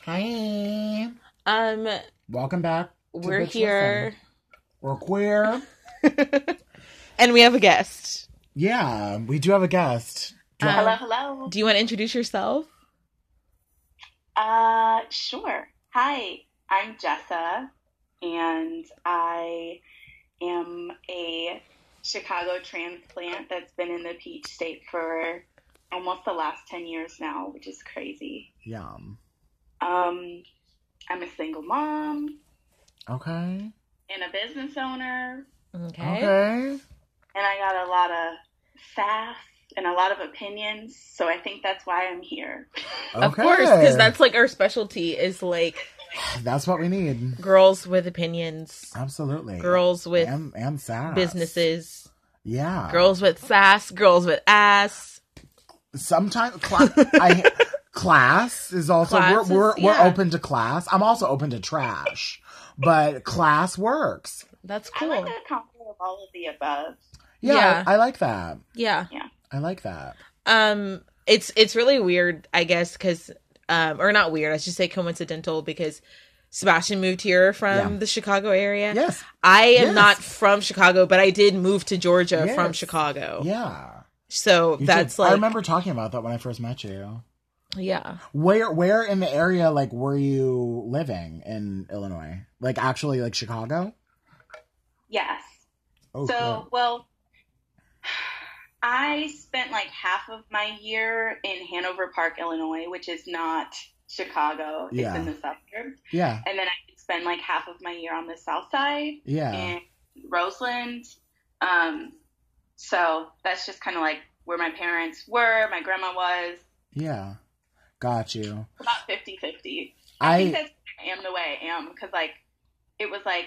Hi. Um, Welcome back. to we're Bitch here, Listen. We're queer. and we have a guest. yeah, we do have a guest. Do you Um, want- Hello, hello. Do you want to introduce yourself? Uh, sure. Hi, I'm Jessa, and I am a Chicago transplant that's been in the Peach State for almost the last 10 years now, which is crazy. yeah. Um, I'm a single mom Okay. and a business owner, Okay. Okay. and I got a lot of sass and a lot of opinions, so I think that's why I'm here. Of course, because that's like our specialty is like that's what we need. girls with opinions, Absolutely. girls with and, and sass. businesses, Yeah. girls with sass, girls with ass. Sometimes cla- I, class is also Classes, we're we're, yeah. we're open to class. I'm also open to trash, but class works. That's I cool. like a combo of all of the above. yeah. Yeah. I like that. yeah. I like that. Um, it's it's really weird, I guess, because um, or not weird. I should say coincidental because Sebastian moved here from Yeah. the Chicago area. Yes. I am Yes. not from Chicago, but I did move to Georgia Yes. from Chicago. Yeah. So You that's did. like I remember talking about that when I first met you. yeah. Where where in the area like were you living in Illinois? Like actually like Chicago? Yes. Oh, so, well, I spent like half of my year in Hanover Park, Illinois, which is not Chicago. Yeah. It's in the suburbs. good. yeah. And then I spent like half of my year on the south side Yeah. in Roseland. Um, so that's just kind of like where my parents were, my grandma was, Yeah. Got you. about 50 50. I, think I that's why I am the way I am because like it was like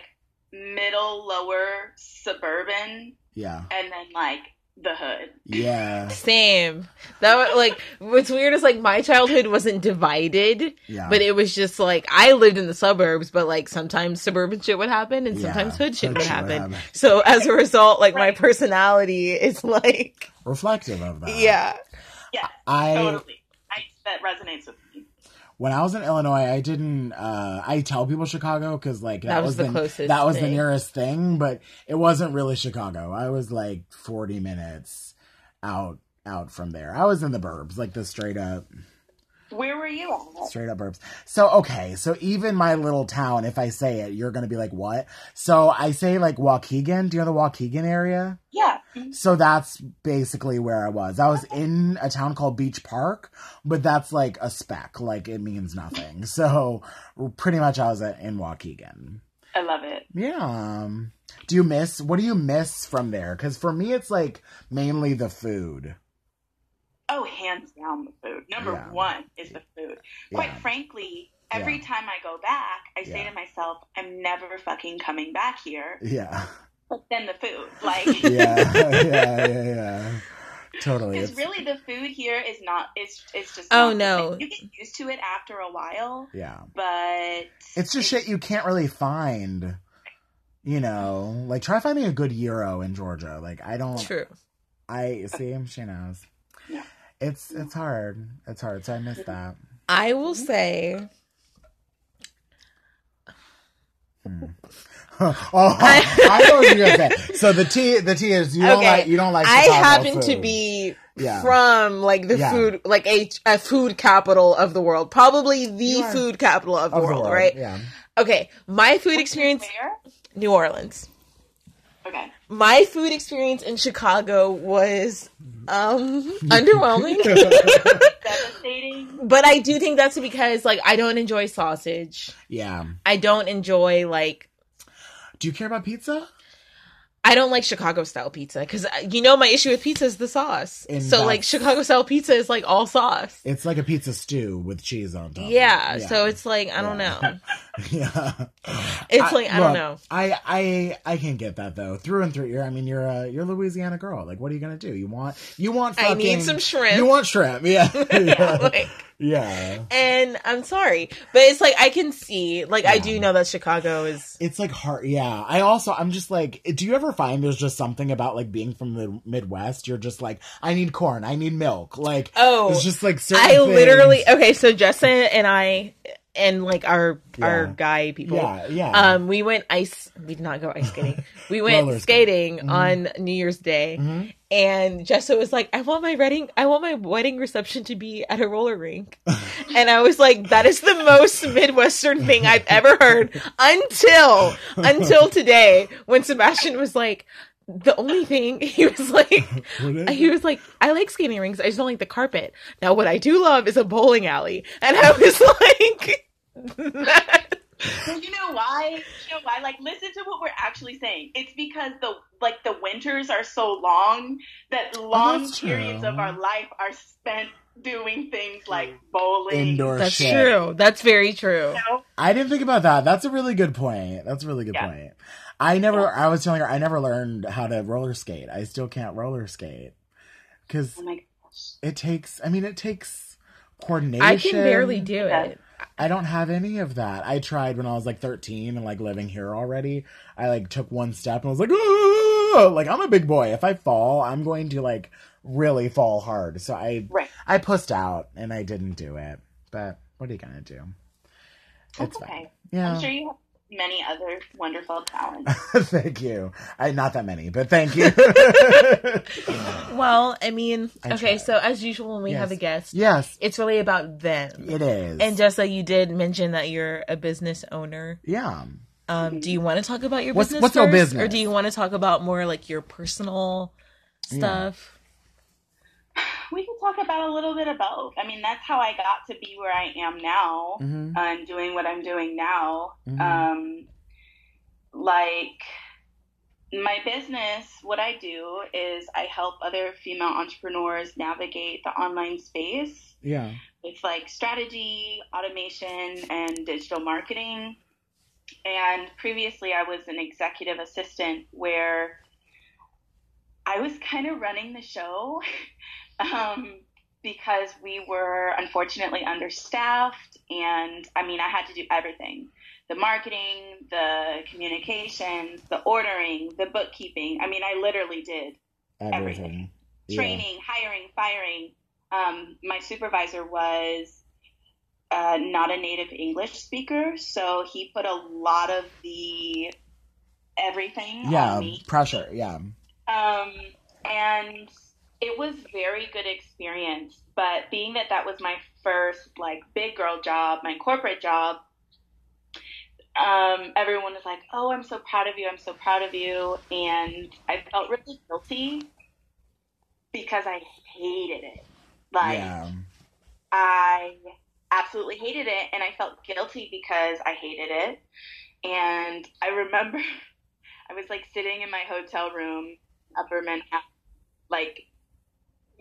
middle, lower suburban yeah. and then like the hood. Yeah. Same. That wa- like what's weird is like my childhood wasn't divided, Yeah. but it was just like I lived in the suburbs, but like sometimes suburban shit would happen and Yeah. sometimes hood shit Hood would shit would happen. happen. So as a result, like my Right. personality is like reflective of that. yeah. Yes, I totally. I, that resonates with me. when I was in Illinois, I didn't. Uh, I tell people Chicago because like that, was, the, closest That was the thing. nearest thing, but it wasn't really Chicago. I was like forty minutes out out from there. I was in the burbs, like the straight up Where were you at? straight up burbs. So okay, so even my little town, if I say it, you're gonna be like what? So I say like Waukegan. Do you know the Waukegan area? Yeah. Mm-hmm. So that's basically where I was. I was in a town called Beach Park, but that's like a speck. Like it means nothing. So pretty much I was at, in Waukegan. I love it. Yeah. um, Do you miss, what do you miss from there? Because for me, it's like mainly the food. Oh, hands down, the food. Number Yeah. one is the food. Quite Yeah. frankly, every Yeah. time I go back, I say Yeah. to myself, I'm never fucking coming back here. Yeah. But then the food. Like, Yeah. yeah. Yeah. Yeah. Totally. because It's- really the food here is not, it's, it's just. Oh, not the no. same. You get used to it after a while, yeah. but. It's just shit you can't really find. You know, like try finding a good euro in Georgia. Like I don't. True. I see. She knows. Yeah. It's it's hard. It's hard. So I miss that. I will say oh, I know what you're gonna say. So the tea, the tea is you don't Okay. like you don't like. I Chicago happen to food. be Yeah. from like the Yeah. food, like a, a food capital of the world, probably You the are. food capital of, Of the world, right? Yeah. Okay, my food experience, Where? New Orleans. Okay. My food experience in Chicago was um underwhelming, Devastating. but I do think that's because like I don't enjoy sausage. Yeah. I don't enjoy like Do you care about pizza? I don't like Chicago style pizza because you know my issue with pizza is the sauce. And so like that's- Chicago style pizza is like all sauce. It's like a pizza stew with cheese on top. of it. Yeah, so it's like I don't Yeah. know. yeah. It's like I don't look, know. I I I can get that though through and through. You're I mean you're a you're a Louisiana girl. Like what are you gonna do? You want you want I fucking, need some shrimp. You want shrimp? Yeah. yeah. Like, yeah. and I'm sorry, but it's like I can see, like I Yeah. do know that Chicago is. It's like hard. Yeah. I also, I'm just like, do you ever find there's just something about like being from the Midwest? You're just like, I need corn. I need milk. Like, Oh, it's just like certain I literally things- okay. So Jessa and I, and like our our Yeah. guy people. Yeah, yeah. Um, we went ice. We did not go ice skating. We Roller went skating. skating on New Year's Day, Mhm. and Jessa was like, "I want my wedding. I want my wedding reception to be at a roller rink," and I was like, "That is the most Midwestern thing I've ever heard." Until until today, when Sebastian was like, "The only thing," he was like. What is He was like, I like skating rinks. I just don't like the carpet. Now, what I do love is a bowling alley. And I was like, Well, you know why? You know why? Like, listen to what we're actually saying. It's because the like the winters are so long that long Oh, that's periods true. of our life are spent doing things like bowling. indoor That's shit. true. That's very true. You know? I didn't think about that. That's a really good point. That's a really good Yeah. point. I never. I was telling her I never learned how to roller skate. I still can't roller skate because Oh my gosh. it takes. I mean, it takes coordination. I can barely do Yeah. it. I don't have any of that. I tried when I was like 13 and like living here already. I like took one step and was like, "Ooh!" like I'm a big boy. If I fall, I'm going to like really fall hard. So I Right. I pussed out and I didn't do it. But what are you gonna do? That's It's fine. okay. Yeah. I'm sure you have many other wonderful talents. thank you. I, not that many, but thank you. Well, I mean, I okay, tried. so as usual, when we have a Yes. guest, yes, it's really about them. it is. uh, And just so you did mention that you're a business owner, yeah. um, Mm-hmm. do you want to talk about your What's- business? what's your first? business? Or do you want to talk about more like your personal stuff? We can talk about a little bit of both. I mean, that's how I got to be where I am now Mhm. and doing what I'm doing now. Mhm. Um, like my business, what I do is I help other female entrepreneurs navigate the online space Yeah. with like strategy, automation, and digital marketing. And previously, I was an executive assistant where I was kind of running the show um, because we were unfortunately understaffed. And I mean, I had to do everything the marketing, the communications, the ordering, the bookkeeping. I mean, I literally did Everything. Yeah. training, hiring, firing. Um, my supervisor was uh, not a native English speaker, so he put a lot of the everything Yeah. on me. Pressure. Yeah. Um, and it was very good experience, but being that that was my first like big girl job, my corporate job, um, everyone was like, "Oh, I'm so proud of you! I'm so proud of you!" And I felt really guilty because I hated it. Like yeah. I absolutely hated it, and I felt guilty because I hated it. And I remember I was like sitting in my hotel room, Upper Manhattan, like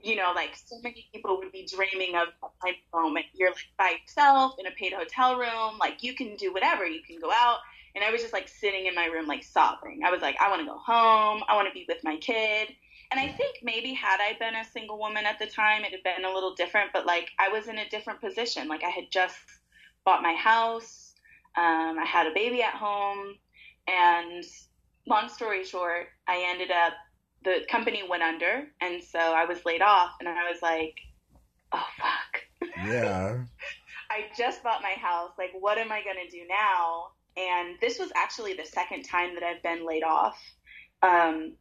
you know, like so many people would be dreaming of that type of moment. You're like by yourself in a paid hotel room, like you can do whatever, you can go out. And I was just like sitting in my room, like sobbing. I was like, I want to go home. I want to be with my kid. And I think maybe had I been a single woman at the time, it had been a little different. But like I was in a different position. Like I had just bought my house. Um, I had a baby at home. And long story short, I ended up the company went under and so I was laid off and I was like, Oh fuck. Yeah. I just bought my house, like what am I gonna do now? And this was actually the second time that I've been laid off. Um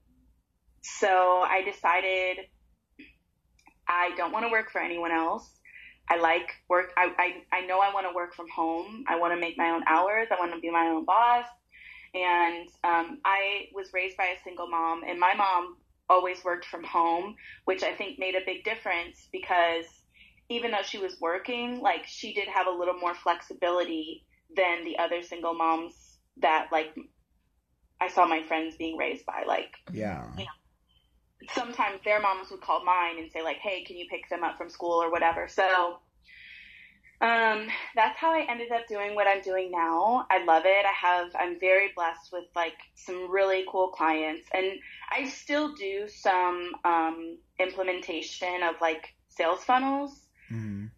so I decided I don't want to work for anyone else. I like work. I, I, I know I want to work from home. I want to make my own hours. I want to be my own boss. And um, I was raised by a single mom, and my mom always worked from home, which I think made a big difference because even though she was working, like she did have a little more flexibility than the other single moms that like I saw my friends being raised by. Like Yeah. sometimes their moms would call mine and say like, "Hey, can you pick them up from school or whatever?" So um, that's how I ended up doing what I'm doing now. I love it. I have I'm very blessed with like some really cool clients, and I still do some um, implementation of like sales funnels Mhm.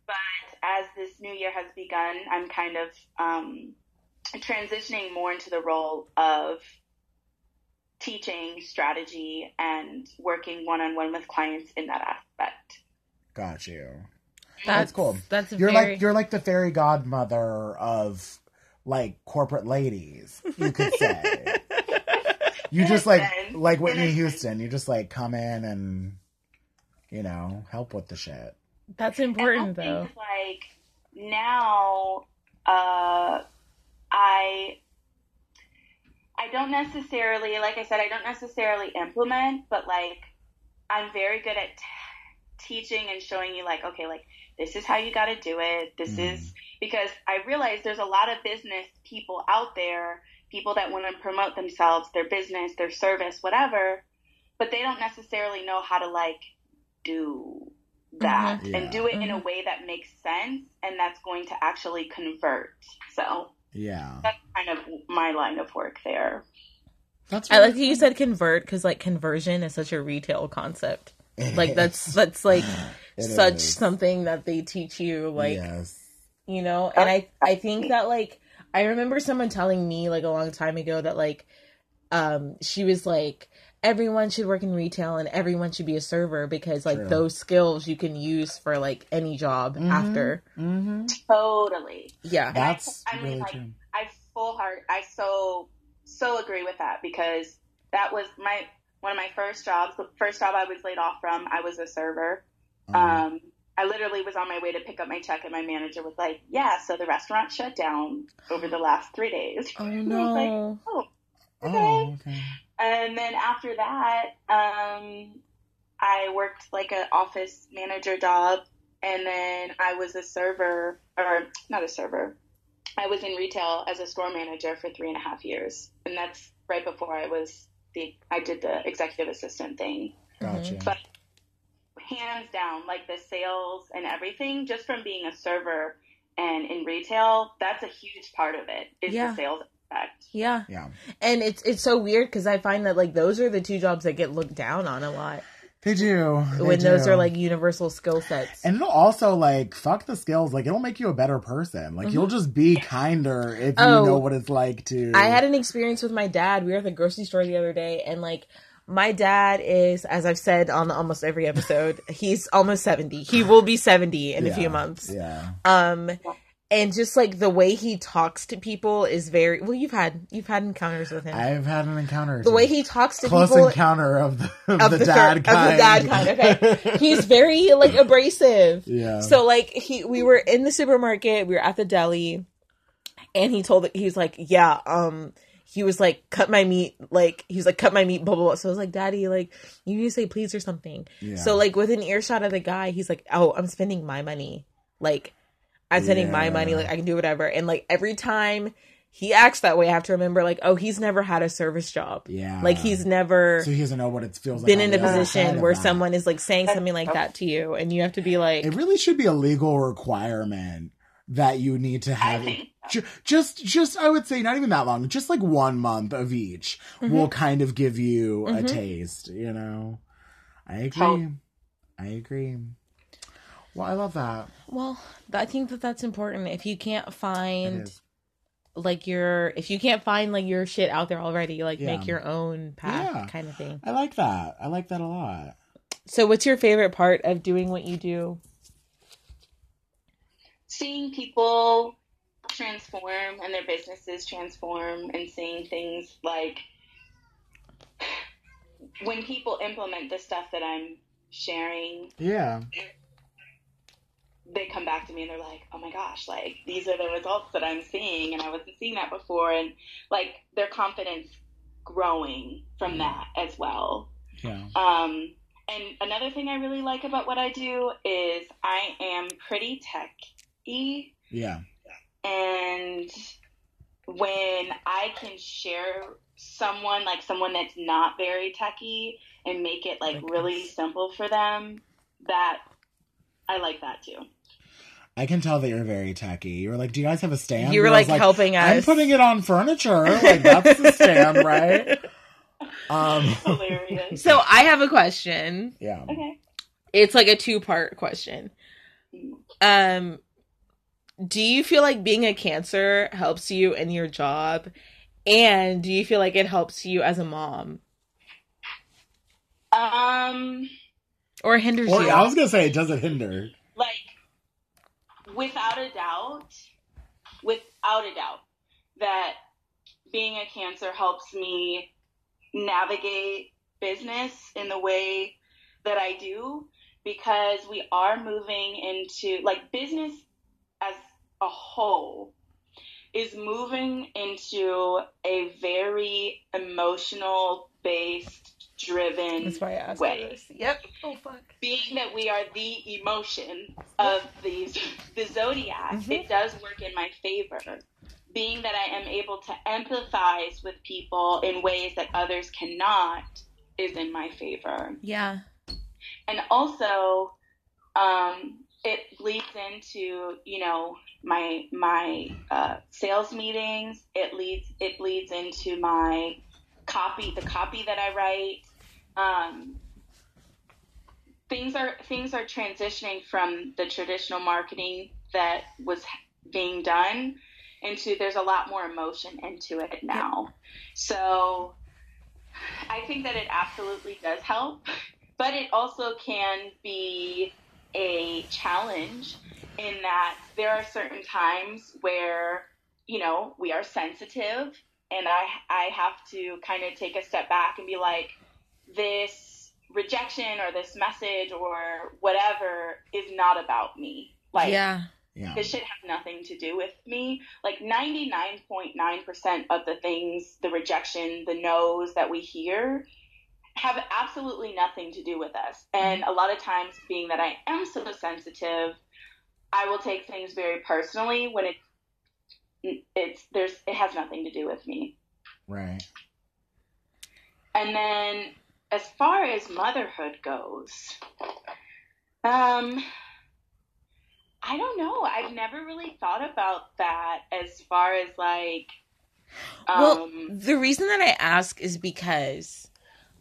as this new year has begun, I'm kind of um, transitioning more into the role of teaching strategy and working one on one with clients in that aspect. Got you. That's cool. That's You're very. like you're like the fairy godmother of like corporate ladies, you could say. you just like Innocent. like Whitney Innocent. Houston. You just like come in and you know help with the shit. that's And I important though. think, Like now, uh, I I don't necessarily, like I said, I don't necessarily implement, but like I'm very good at t- teaching and showing you, like, okay, like this is how you got to do it. This Mm. Mm-hmm. is because I realize there's a lot of business people out there, people that want to promote themselves, their business, their service, whatever, but they don't necessarily know how to like do that Mm-hmm. Mhm. Yeah. and do it in a way that makes sense and that's going to actually convert. So Yeah, that's kind of my line of work there. that's I like that you said convert because like conversion is such a retail concept. Like that's that's like It such is. something that they teach you like yes. you know and i i think that like i remember someone telling me like a long time ago that like um she was like everyone should work in retail and everyone should be a server because like True. those skills you can use for like any job Mhm. after Mm-hmm. Totally. yeah That's I mean, really like, true. I full heart I so so agree with that because that was my one of my first jobs. The first job I was laid off from, I was a server. uh, Um, Um, I literally was on my way to pick up my check, and my manager was like, "Yeah, so the restaurant shut down over the last three days." oh And I was like, no oh, okay. And then after that, um, I worked like an office manager job, and then I was a server, or not a server. I was in retail as a store manager for three and a half years, and that's right before I was the I did the executive assistant thing. Mm-hmm. Gotcha. But hands down, like the sales and everything, just from being a server and in retail, that's a huge part of it. Is Yeah. the sales aspect. yeah Yeah, and it's it's so weird because i find that like those are the two jobs that get looked down on a lot they do. They when those do. are like universal skill sets And it'll also like fuck the skills. Like it'll make you a better person. Like you'll just be kinder if Mm-hmm. Oh. you know what it's like to. I had an experience with my dad. We were at the grocery store the other day, and like my dad is, as I've said on almost every episode, he's almost seventy. He will be seventy in a Yeah, few months. Yeah. Um, and just like the way he talks to people is very well. You've had you've had encounters with him. I've had an encounter. the way he talks to close people encounter of the, of of the, the dad thir- kind. of the dad kind. Okay, he's very like abrasive. yeah. So like he, we were in the supermarket, we were at the deli, and he told he's like, yeah, um, he was like, cut my meat, like he's like, cut my meat, blah blah. blah. So I was like, daddy, like you need to say please or something. Yeah. So like within earshot of the guy, he's like, oh, I'm spending my money, like I'm spending my Yeah. money, like I can do whatever. And like every time he acts that way, I have to remember like, oh, he's never had a service job, yeah. like he's never. so he doesn't know what it feels like. been on in a the other side position of where that. someone is like saying something like that to you and you have to be like It really should be a legal requirement that you need to have think ju- just just I would say not even that long, just like one month of each Mm-hmm. will kind of give you a Mhm. taste, you know. I agree. Totally. I agree. Well, I love that. Well, th- I think that that's important. If you can't find is. like your, if you can't find like your shit out there already, like Yeah. make your own path Yeah. kind of thing. I like that. I like that a lot. So, what's your favorite part of doing what you do? seeing people transform and their businesses transform and seeing things like when people implement the stuff that I'm sharing, Yeah. they come back to me and they're like, "Oh my gosh, like these are the results that I'm seeing and I wasn't seeing that before." And like their confidence growing from that as well. Yeah. Um, and another thing I really like about what I do is I am pretty techy. Yeah. and when I can share someone like someone that's not very techy and make it like Like really us. simple for them, that I like that too. I can tell that you're very techy. You were like, "Do you guys have a stand?" you And were I was like, helping us. I'm putting it on furniture. Like that's the stand, right? Um. Hilarious. So, I have a question. Yeah. okay. It's like a two part question. Um, do you feel like being a cancer helps you in your job? And do you feel like it helps you as a mom Um, or hinders Or you? I was gonna say, does it hinder? like without a doubt, without a doubt, that being a cancer helps me navigate business in the way that I do because we are moving into like business as a whole is moving into a very emotional based driven That's why I asked Wait. you this. Yep. Oh fuck. being that we are the emotion of these the zodiac, Mhm. it does work in my favor. Being that I am able to empathize with people in ways that others cannot is in my favor. Yeah. And also, um, it leads into you know my my uh, sales meetings. It leads it leads into my copy, the copy that I write. Um, things are things are transitioning from the traditional marketing that was being done into there's a lot more emotion into it now. So I think that it absolutely does help, but it also can be a challenge in that there are certain times where you know we are sensitive and I I have to kind of take a step back and be like this rejection or this message or whatever is not about me. Like yeah. Yeah. this shit has nothing to do with me. Like 99.9% of the things, the rejection, the no's that we hear have absolutely nothing to do with us. And a lot of times, being that I am so sensitive, I will take things very personally when it it's there's it has nothing to do with me. Right. And then, as far as motherhood goes, um, I don't know. I've never really thought about that as far as like, um, Well, the reason that I ask is because,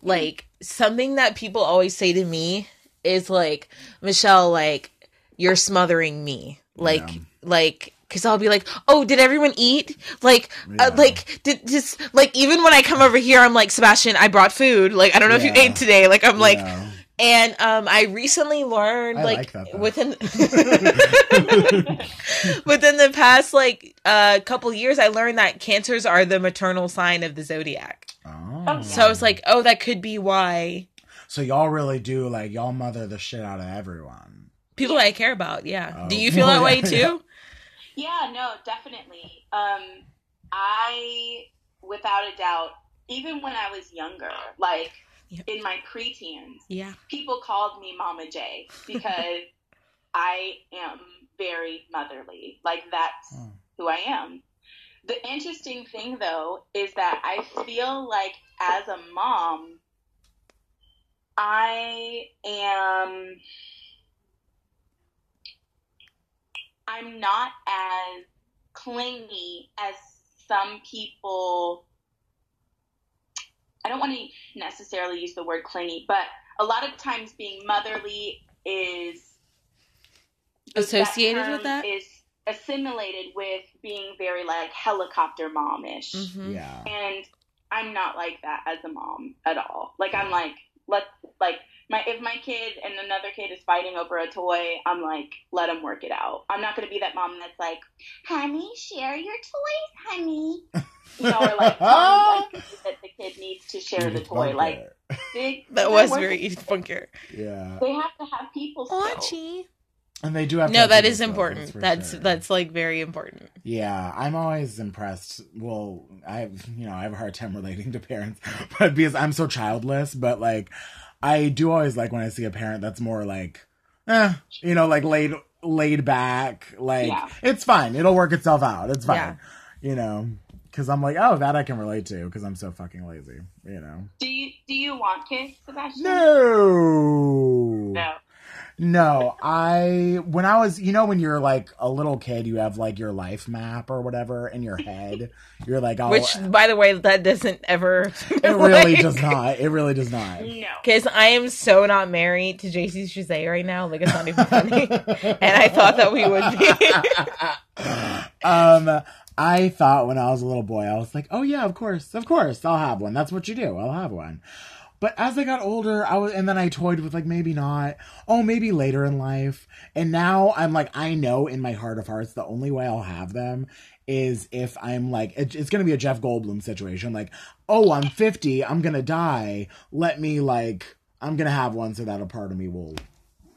like, something that people always say to me is like, Michelle, like, you're smothering me, like, Yeah. like. Cause I'll be like, oh, did everyone eat? Like, Yeah. uh, like, did just like even when I come over here, I'm like, Sebastian, I brought food. Like, I don't know if you Yeah. ate today. Like, I'm like, Yeah. and um, I recently learned I like like, that, though. within within the past like a uh, couple years, I learned that cancers are the maternal sign of the zodiac. Oh. So I was like, oh, that could be why so y'all really do like y'all mother the shit out of everyone. people that I care about. Yeah. Oh. Do you feel Oh, that yeah, way yeah. too? Yeah, no, definitely. Um, I, without a doubt, even when I was younger, like Yep. in my preteens, Yeah. people called me Mama J because I am very motherly. Like that's Oh. Mm-hmm. who I am. The interesting thing though is that I feel like as a mom, I am I'm not as clingy as some people I don't want to necessarily use the word clingy, but a lot of times being motherly is Associated term with that? is assimilated with being very like helicopter mom-ish hmm Yeah. and i'm not like that as a mom at all like i'm like let's like my if my kid and another kid is fighting over a toy i'm like let them work it out i'm not going to be that mom that's like honey share your toys honey you know or like telling the kid that the kid needs to share the toy Bunk like it. they, That they was work- very funker. Yeah. they have to have people still. Auchie. And they do have to No, have that people is skills, important. for That's sure. that's like very important. Yeah, I'm always impressed. Well, I you know I have a hard time relating to parents, but because I'm so childless. But like, I do always like when I see a parent that's more like, eh, you know, like laid laid back. Like Yeah. it's fine. It'll work itself out. It's fine. Yeah. You know, because I'm like, oh, that I can relate to because I'm so fucking lazy. You know. do you do you want kids sebastian No. no No, I when I was you know when you're like a little kid you have like your life map or whatever in your head. You're like oh Which, by the way, that doesn't ever. it really like- does not. It really does not. no Because I am so not married to JC Shazay right now. Like, it's not even funny. and I thought that we would be. um I thought when I was a little boy I was like, "Oh yeah, of course. Of course. I'll have one. That's what you do. I'll have one." But as I got older, I was, and then I toyed with like maybe not. Oh, maybe later in life. And now I'm like, I know in my heart of hearts, the only way I'll have them is if I'm like, it- it's gonna be a Jeff Goldblum situation. Like, oh, I'm 50, I'm gonna die. Let me like, I'm gonna have one so that a part of me will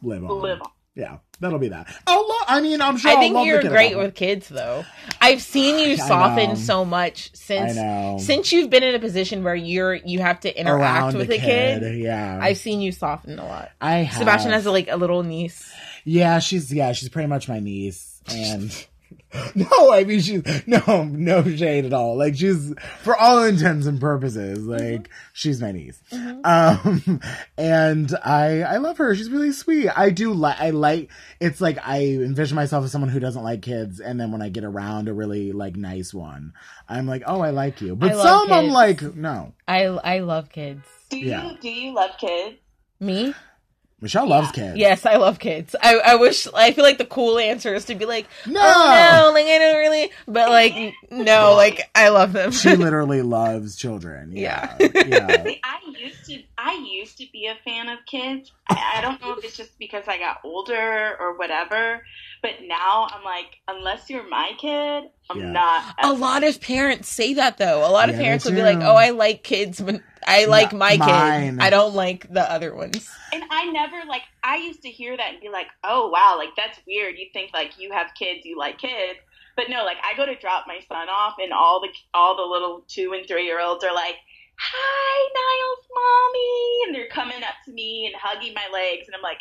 live on. Live on. Yeah, that'll be that. Oh, lo- I mean, I'm sure. I I'll think love the you're kid great about with kids, though. I've seen you I know. soften so much it. I since know. since you've been in a position where you're you have to interact with a kid. Yeah, I've seen you soften a lot. I have. Sebastian has a, like a little niece. Yeah, she's yeah, she's pretty much my niece, and no, I mean she's no no shade at all. Like she's for all intents and purposes, like she's my niece. Um, and I I love her. She's really sweet. I do like I like. It's like I envision myself as someone who doesn't like kids, and then when I get around a really like nice one, I'm like, oh, I like you. But I love some I'm kids. like, no, I I love kids. Do Yeah. you do you love kids? Me? Michelle loves kids. Yes, I love kids. I, I wish I feel like the cool answer is to be like, No. oh no, like I don't really, but like no, like I love them. She literally loves children. yeah. yeah. See, I used to I used to be a fan of kids. I, I don't know if it's just because I got older or whatever, but now I'm like, unless you're my kid, I'm Yeah. Oh, not. a lot of parents say that though. A lot of Yeah, they parents would be do. like, "Oh, I like kids, but I like Yeah, my mine. kid. I don't like the other ones." And I never like I used to hear that and be like, "Oh wow, like that's weird. You think like you have kids, you like kids." But no, like I go to drop my son off and all the all the little 2 and 3 year olds are like, "Hi, Niles mommy." And they're coming up to me and hugging my legs and I'm like,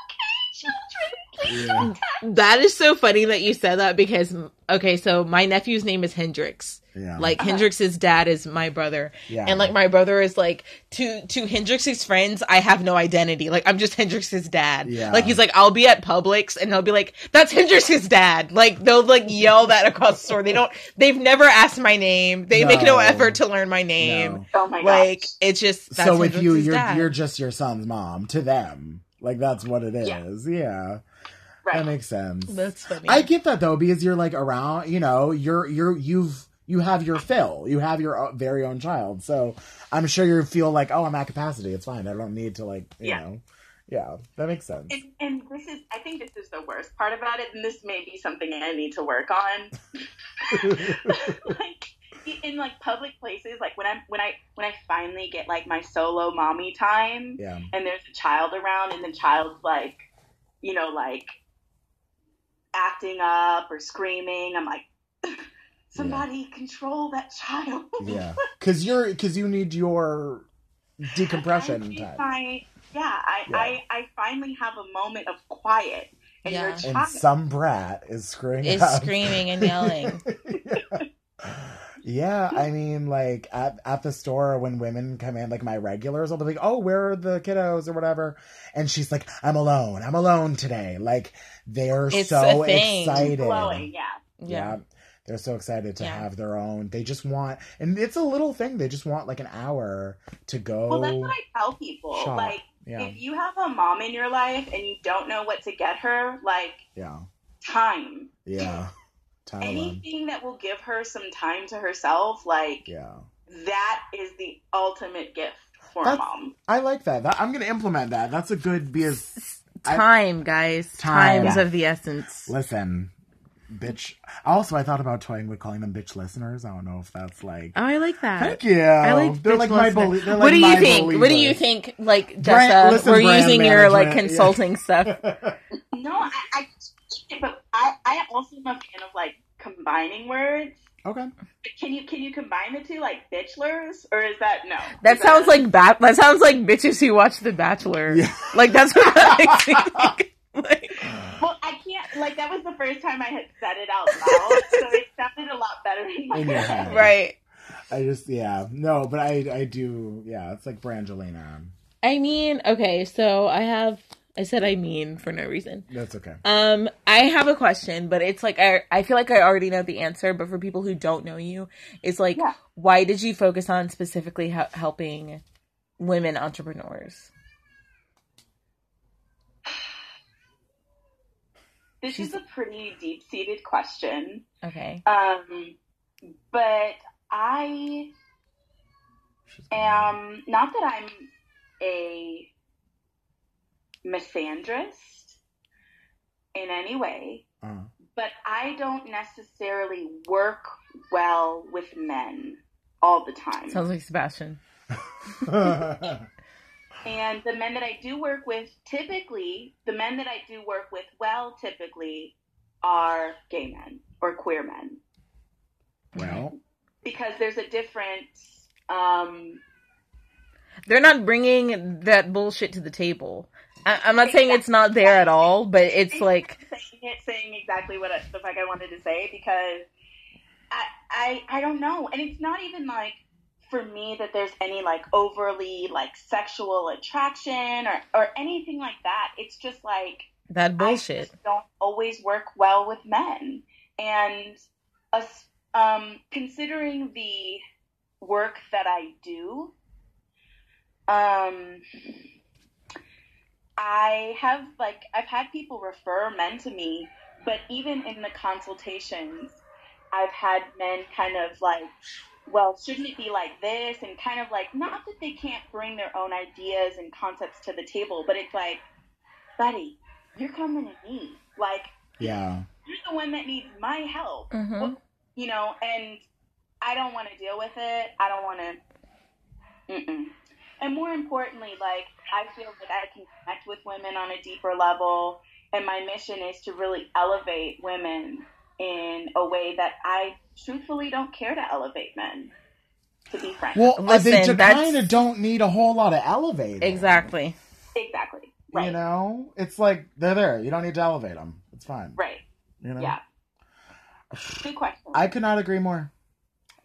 "Okay, children, please Yeah. don't touch That is so funny that you said that because okay, so my nephew's name is Hendrix. Yeah. Like Uh-huh. Hendrix's dad is my brother, yeah. and like my brother is like to to Hendrix's friends. I have no identity. Like I'm just Hendrix's dad. Yeah. Like he's like I'll be at Publix and they'll be like that's Hendrix's dad. Like they'll like yell that across the store. They don't. They've never asked my name. They make No. no effort to learn my name. No. Oh my like gosh. it's just that's so with you, Hendrix's you're dad. you're just your son's mom to them. Like that's what it Yeah. is. Yeah, that Right. makes sense. that's funny. I get that though because you're like around. You know, you're you're you've you have your fill. You have your o- very own child. So I'm sure you feel like, oh, I'm at capacity. It's fine. I don't need to like you Yeah. know. Yeah, that makes sense. and, and this is I think this is the worst part about it and this may be something I need to work on. like in like public places like when i'm when i when i finally get like my solo mommy time yeah. and there's a child around and the child's like you know like acting up or screaming i'm like somebody control that child Yeah. Cause you're, cause you need your I decompression need time. my- yeah, I, Yeah. I i finally have a moment of quiet and your Yeah. child And some brat is screwing is up. screaming and yelling. Yeah, I mean, like at, at the store when women come in, like my regulars, I'll be like, "Oh, where are the kiddos or whatever," and she's like, "I'm alone. I'm alone today." Like they're It's so a thing. excited. glowing yeah Yeah. yeah. They're so excited to Yeah. have their own. They just want, and it's a little thing. They just want like an hour to go. well that's what i tell people shop. like Oh, yeah, If you have a mom in your life and you don't know what to get her, like yeah, time, yeah. Time alone. anything that will give her some time to herself, like Yeah. that is the ultimate gift for That's- a mom. I like that. that. I'm gonna implement that. That's a good because I- Time, guys. Time. Times Yeah. of the essence. Listen, bitch. Also, I thought about toying with calling them bitch listeners. I don't know if that's like. Oh, I like that. Thank you. I like. Um, They're bitch like my listener. belie- they're like what do you my think? What do believers. you think? Like Jessa, Brand- listen, we're brand using your like management, yeah. consulting stuff. No, I, I but I, I also am a fan of like combining words. Okay. Can you can you combine the two like bitchlers or is that no? That Is sounds like ba- that sounds like bitches who watch The Bachelor. Yeah. Like that's what I think. like, well I can't like that was the first time I had said it out loud, so it sounded a lot better in my In your head. right. I just yeah no, but I I do yeah. It's like Brangelina. I mean, okay. So I have. I said I mean for no reason. That's okay. Um, I have a question, but it's like I I feel like I already know the answer, but for people who don't know you, it's like Yeah. why did you focus on specifically hel- helping women entrepreneurs? This is a pretty deep seated question. Okay. Um, but I She's- am Um, not that I'm a misandrist in any way, Uh, but I don't necessarily work well with men all the time. Sounds like Sebastian. Uh-huh. And the men that I do work with, typically, the men that I do work with well, typically, are gay men or queer men well, because there's a difference. Um, They're not bringing that bullshit to the table. I- I'm not saying it's not there at all, but it's like saying it, saying exactly what I, the fuck I wanted to say because I, I I don't know, and it's not even like for me that there's any like overly like sexual attraction or or anything like that. It's just like that I bullshit. just don't always work well with men. And us, um, considering the work that I do, um, I have like I've had people refer men to me, but even in the consultations, I've had men kind of like, well, shouldn't it be like this? And kind of like, not that they can't bring their own ideas and concepts to the table, but it's like, buddy, you're coming to me. Like, yeah. you're the one that needs my help, Mhm. you know, and I don't want to deal with it. I don't want to. Mm-mm. And more importantly, like, I feel that I can connect with women on a deeper level, and my mission is to really elevate women in a way that I truthfully don't care to elevate men, to be frank. Well, uh, Listen, they that's- kind of don't need a whole lot of elevating. Exactly. exactly. Right. You know, it's like they're there. You don't need to elevate them. It's fine. Right. You know, Yeah. Good question. I could not agree more.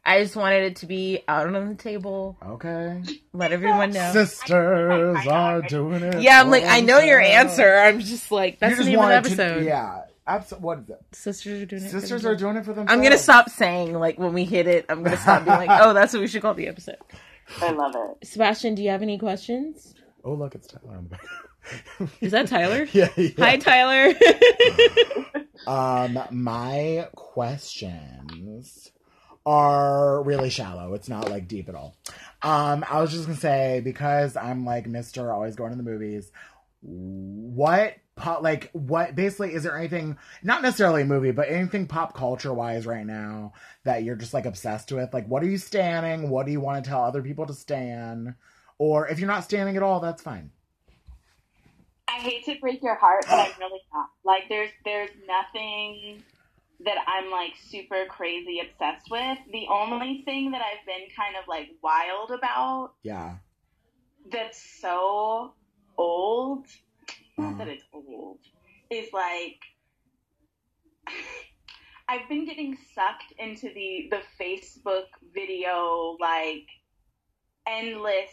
I just wanted it to be out on the table. Okay, Let everyone know. sisters I- I- I- are doing it. Yeah, I'm like, for I know your themselves. answer. I'm just like, You that's the just name of the wanted to- episode. yeah, absolutely. What is it? Sisters are doing it. for Sisters are themselves. doing it for themselves. I'm gonna stop saying like when we hit it. I'm gonna stop being like, oh, that's what we should call the episode. I love it. Sebastian, do you have any questions? Oh, look, it's Tyler on the back. Is that Tyler? yeah, yeah. Hi, Tyler. Um, my questions are really shallow. It's not like deep at all. Um, I was just gonna say because I'm like Mister always going to the movies. What pop like what basically is there anything not necessarily a movie but anything pop culture wise right now that you're just like obsessed with like what are you standing what do you want to tell other people to stand or if you're not standing at all that's fine I hate to break your heart, but I'm really not. Like there's there's nothing that I'm like super crazy obsessed with. The only thing that I've been kind of like wild about yeah that's so old, not Mhm. that it's old, is like I've been getting sucked into the the Facebook video like endless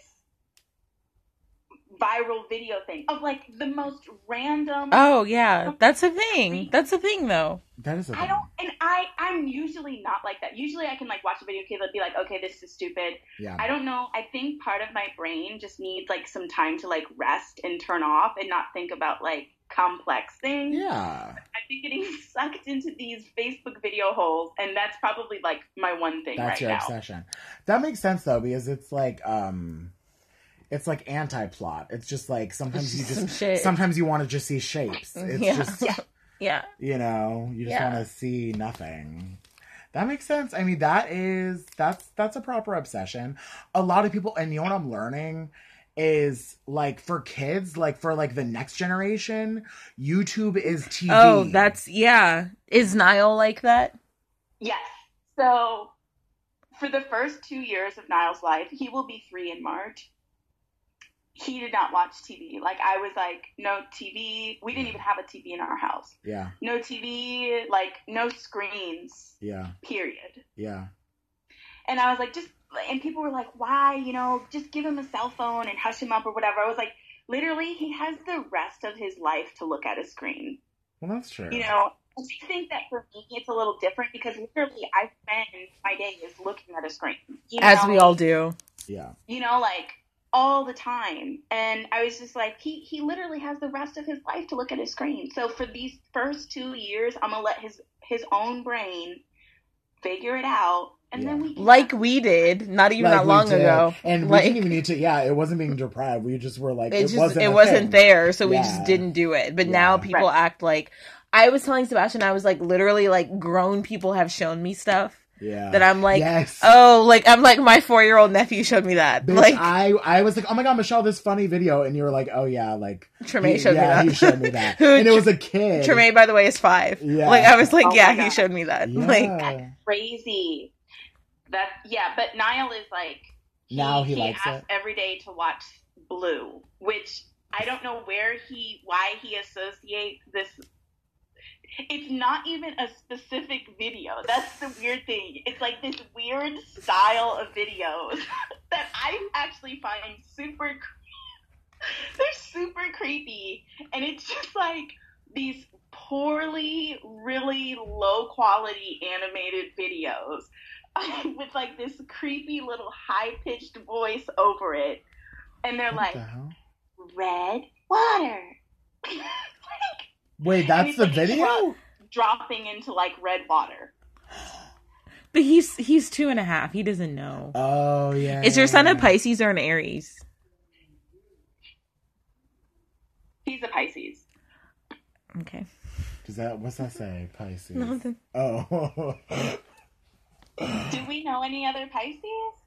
viral video thing of like the most random oh yeah, that's a thing. That's a thing though. that is a I don't, and I, I'm usually not like that. Usually, I can like watch a video, okay, and be like, okay, this is stupid. yeah I don't know. I think part of my brain just needs like some time to like rest and turn off and not think about like complex things. yeah I've been getting sucked into these Facebook video holes, and that's probably like my one thing That's right your now. obsession. That makes sense though, because it's like um it's like anti plot. It's just like sometimes It's just you some just shit. Mm, sometimes you want to just see shapes. It's Yeah. just Yeah. you know, you just Yeah. want to see nothing. That makes sense. I mean, that is that's that's a proper obsession. A lot of people, and you know what I'm learning is like for kids, like for like the next generation, YouTube is TV. Oh, that's yeah. Is Niall like that? Yes. So, for the first two years of Niall's life, he will be three in March. He did not watch TV. Like, I was like, no TV. We didn't even have a TV in our house. yeah, No TV, like, no screens, yeah, period. yeah, And I was like, just, and people were like, why, you know, just give him a cell phone and hush him up or whatever. I was like, literally, he has the rest of his life to look at a screen. well, that's true. You know, I think that for me it's a little different because literally I spend my day is looking at a screen. You know, As we all do. yeah, you know, like all the time. And I was just like, he he literally has the rest of his life to look at his screen. So for these first two years, I'm gonna let his his own brain figure it out And Yeah. then we like we did, not even Like, that we long did. ago. and we like didn't even need to. Yeah, it wasn't being deprived. We just were like, it, it, just wasn't. it a wasn't thing. there, so we just Yeah. didn't do it. But now Yeah. people act like I was telling Sebastian, I was like literally like grown people have shown me stuff Yeah, that I'm like, yes. oh, like I'm like my four year old nephew showed me that, Bitch, like I, I was like, oh my god, Michelle, this funny video, and you were like, oh yeah, like Tremaine he- showed me yeah, he that. showed me that, Who- and it was a kid. Tremaine, by the way, is five. Yeah. Like I was like, Oh my yeah, God. he showed me that. Yeah. Like That's crazy. That yeah, but Niall is like Now he likes asks it. every day to watch Blue, which I don't know where he why he associates this. It's not even a specific video. That's the weird thing. It's like this weird style of videos that I actually find super. cre- They're super creepy, and it's just like these poorly, really low quality animated videos with like this creepy little high pitched voice over it. And they're What like, the hell? red water. Wait, that's he's the like, video. "What?" Dropping into like red water. But he's he's two and a half. He doesn't know. Oh yeah. Is your son a pipe? Pisces or an Aries? He's a Pisces. Okay. Does that what's that say? Pisces. Nothing. Oh. Do we know any other Pisces?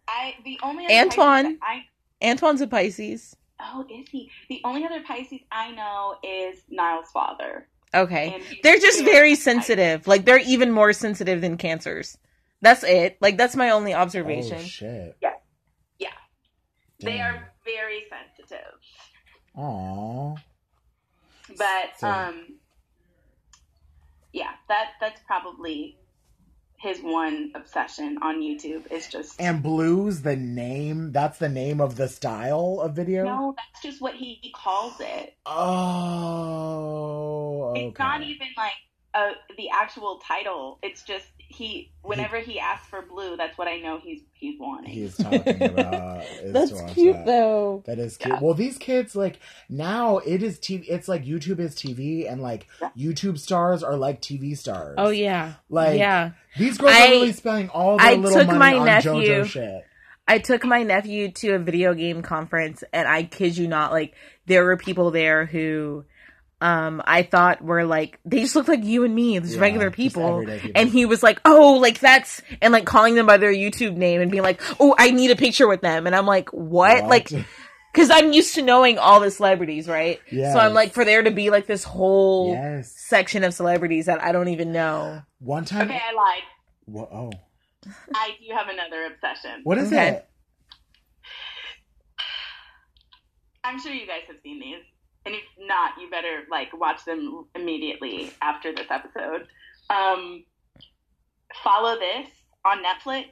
I the only other Antoine. Pisces that I Antoine's a Pisces. oh is he the only other Pisces I know is Niall's father. Okay. And he's They're just super very Pisces. sensitive. Like they're even more sensitive than cancers. That's it. Like that's my only oh observation. shit. Yeah. Yeah. They Damn. are very sensitive. Aw. But So- um yeah, that that's probably his one obsession on YouTube is just And blues the name. That's the name of the style of video. No, that's just what he, he calls it. Oh. Okay. It's not even like uh, the actual title. It's just he whenever he asks for blue, that's what I know he's he's wanting. He's talking about. is to watch that. though. That is cute. Well, these kids like now it is TV. It's like YouTube is TV, and like Yeah. YouTube stars are like TV stars. Oh yeah. Like yeah. these girls I- are really spending all their I little took money my on nephew- JoJo shit. I took my nephew to a video game conference and I kid you not, like there were people there who um I thought were like they just looked like you and me, just Yeah, regular just people. everyday people. and he was like, Oh, like that's and like calling them by their YouTube name and being like, Oh, I need a picture with them and I'm like, What? Like because I'm used to knowing all the celebrities, right? So I'm Yes. like for there to be like this whole yes. section of celebrities that I don't even know. One time. Okay, I lied. Wha- oh. I do have another obsession. What is Okay. it? I'm sure you guys have seen these. And if not, you better like watch them immediately after this episode. Um, follow this on Netflix.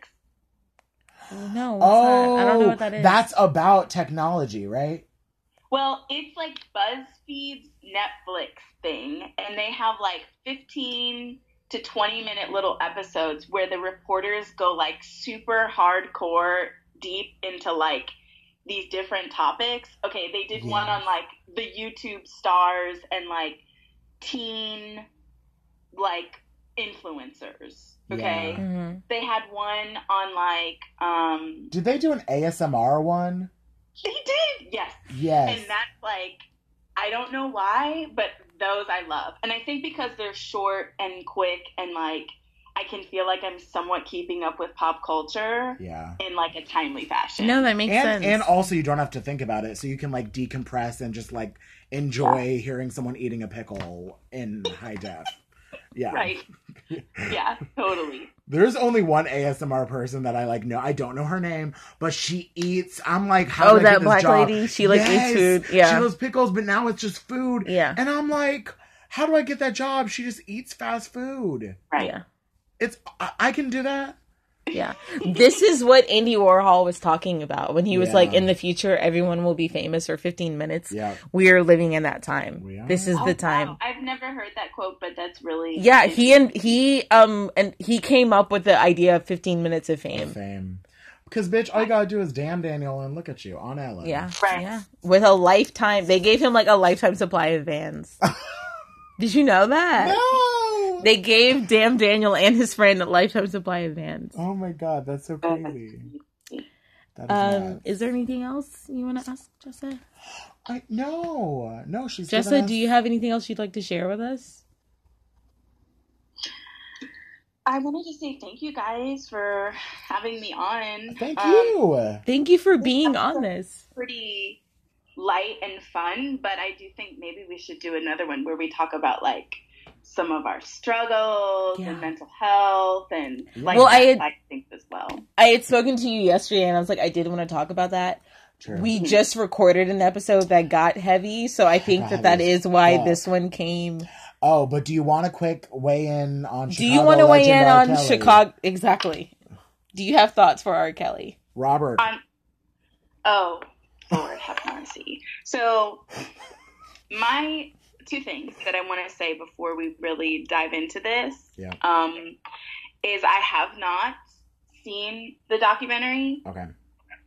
No, Oh, I don't know what that is. That's about technology, right? Well, it's like BuzzFeed's Netflix thing, and they have like 15 to 20 minute little episodes where the reporters go like super hardcore deep into like these different topics. Okay, they did one Yes. on like the YouTube stars and like teen like influencers. Okay. Yeah. Mhm. They had one on like um Did they do an ASMR one? they did. Yes. Yes. And that's like, I don't know why, but those I love. And I think because they're short and quick and like, I can feel like I'm somewhat keeping up with pop culture yeah. in like a timely fashion. No, that makes And, sense. and also, you don't have to think about it, so you can like decompress and just like enjoy hearing someone eating a pickle in high def. Yeah, Right. yeah, totally. there's only one ASMR person that I like. know. I don't know her name, but she eats. I'm like, how Oh, did that I get this black job? lady? She, like, eats food. Yeah. she loves pickles, but now it's just food. Yeah. and I'm like, how do I get that job? She just eats fast food. Right. Yeah. It's I, I can do that. Yeah. this is what Andy Warhol was talking about when he was like, Yeah. in the future, everyone will be famous for 15 minutes. Yeah, We are living in that time. We are. This is Oh, the time. wow. I've never heard that quote, but that's really. Yeah, he and he um and he came up with the idea of 15 minutes of fame. fame. Because bitch, all you gotta do is damn Daniel and look at you on Ellen. Yeah. Right. Yeah. With a lifetime. They gave him like a lifetime supply of Vans. Did you know that? No. They gave Damn Daniel and his friend a lifetime supply of Vans. Oh my god, that's so crazy. That is Um, nuts. is there anything else you want to ask, Jessa? I, no, no, she's given Jessa, us- do you have anything else you'd like to share with us? I wanted to say thank you guys for having me on. Thank Um, you. Thank you for being on this. Pretty light and fun, but I do think maybe we should do another one where we talk about like some of our struggles Yeah. and mental health and like Well, well, I- I, think as well. I had spoken to you yesterday, and I was like, I did want to talk about that. True. We just recorded an episode that got heavy, so I think that that is why Yeah. this one came. oh, but do you want a quick weigh in on? Do you Chicago want to weigh legend in R. on Kelly? Chicago? Exactly. Do you have thoughts for R. Kelly? Robert, Um, oh, Lord have mercy. So, my two things that I want to say before we really dive into this Yeah. um, is I have not seen the documentary, okay,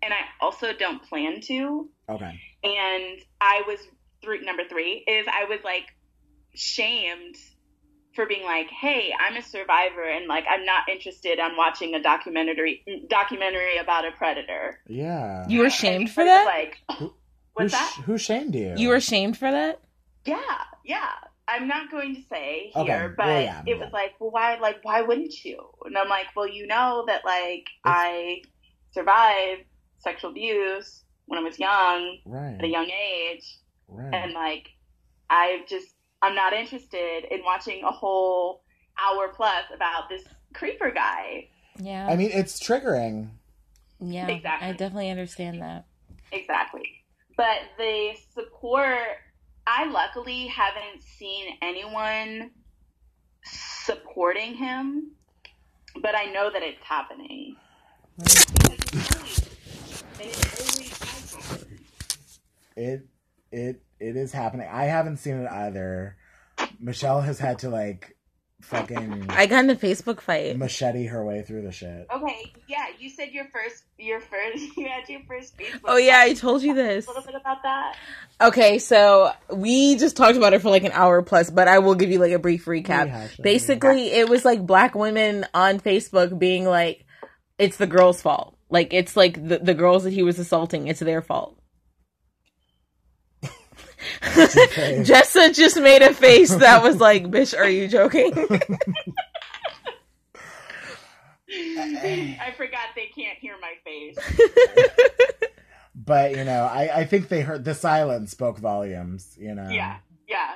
and I also don't plan to. okay, and I was through number three is I was like shamed for being like, hey, I'm a survivor and like I'm not interested on watching a documentary documentary about a predator. yeah. You were shamed for I was that? Like, who, what's sh- that? who shamed you? You were shamed for that? Yeah, yeah. I'm not going to say Okay, here, but well, yeah, it was yeah. like, well, why, like, why wouldn't you? And I'm like, well, you know that like It's- I survived sexual abuse when I was young, right, at a young age, Hmm. right. and like i just i'm not interested in watching a whole hour plus about this creeper guy Yeah. I mean, it's triggering. yeah. Exactly. I definitely understand that. exactly but the support i luckily haven't seen anyone supporting him but i know that it's happening Hmm. It it it is happening. I haven't seen it either. Michelle has had to like fucking I got in a Facebook fight. machete her way through the shit. okay yeah you said your first your first you had your first Facebook Oh yeah, I post. told you this. a little bit about that Okay, so we just talked about it for like an hour plus, but I will give you like a brief recap. Rehash it. Basically, it was like black women on Facebook being like, "It's the girls' fault." Like it's like the, the girls that he was assaulting. It's their fault. Jessa just made a face that was like, "Bitch, are you joking?" I forgot they can't hear my face. But you know, I I think they heard the silence spoke volumes. You know. Yeah, yeah.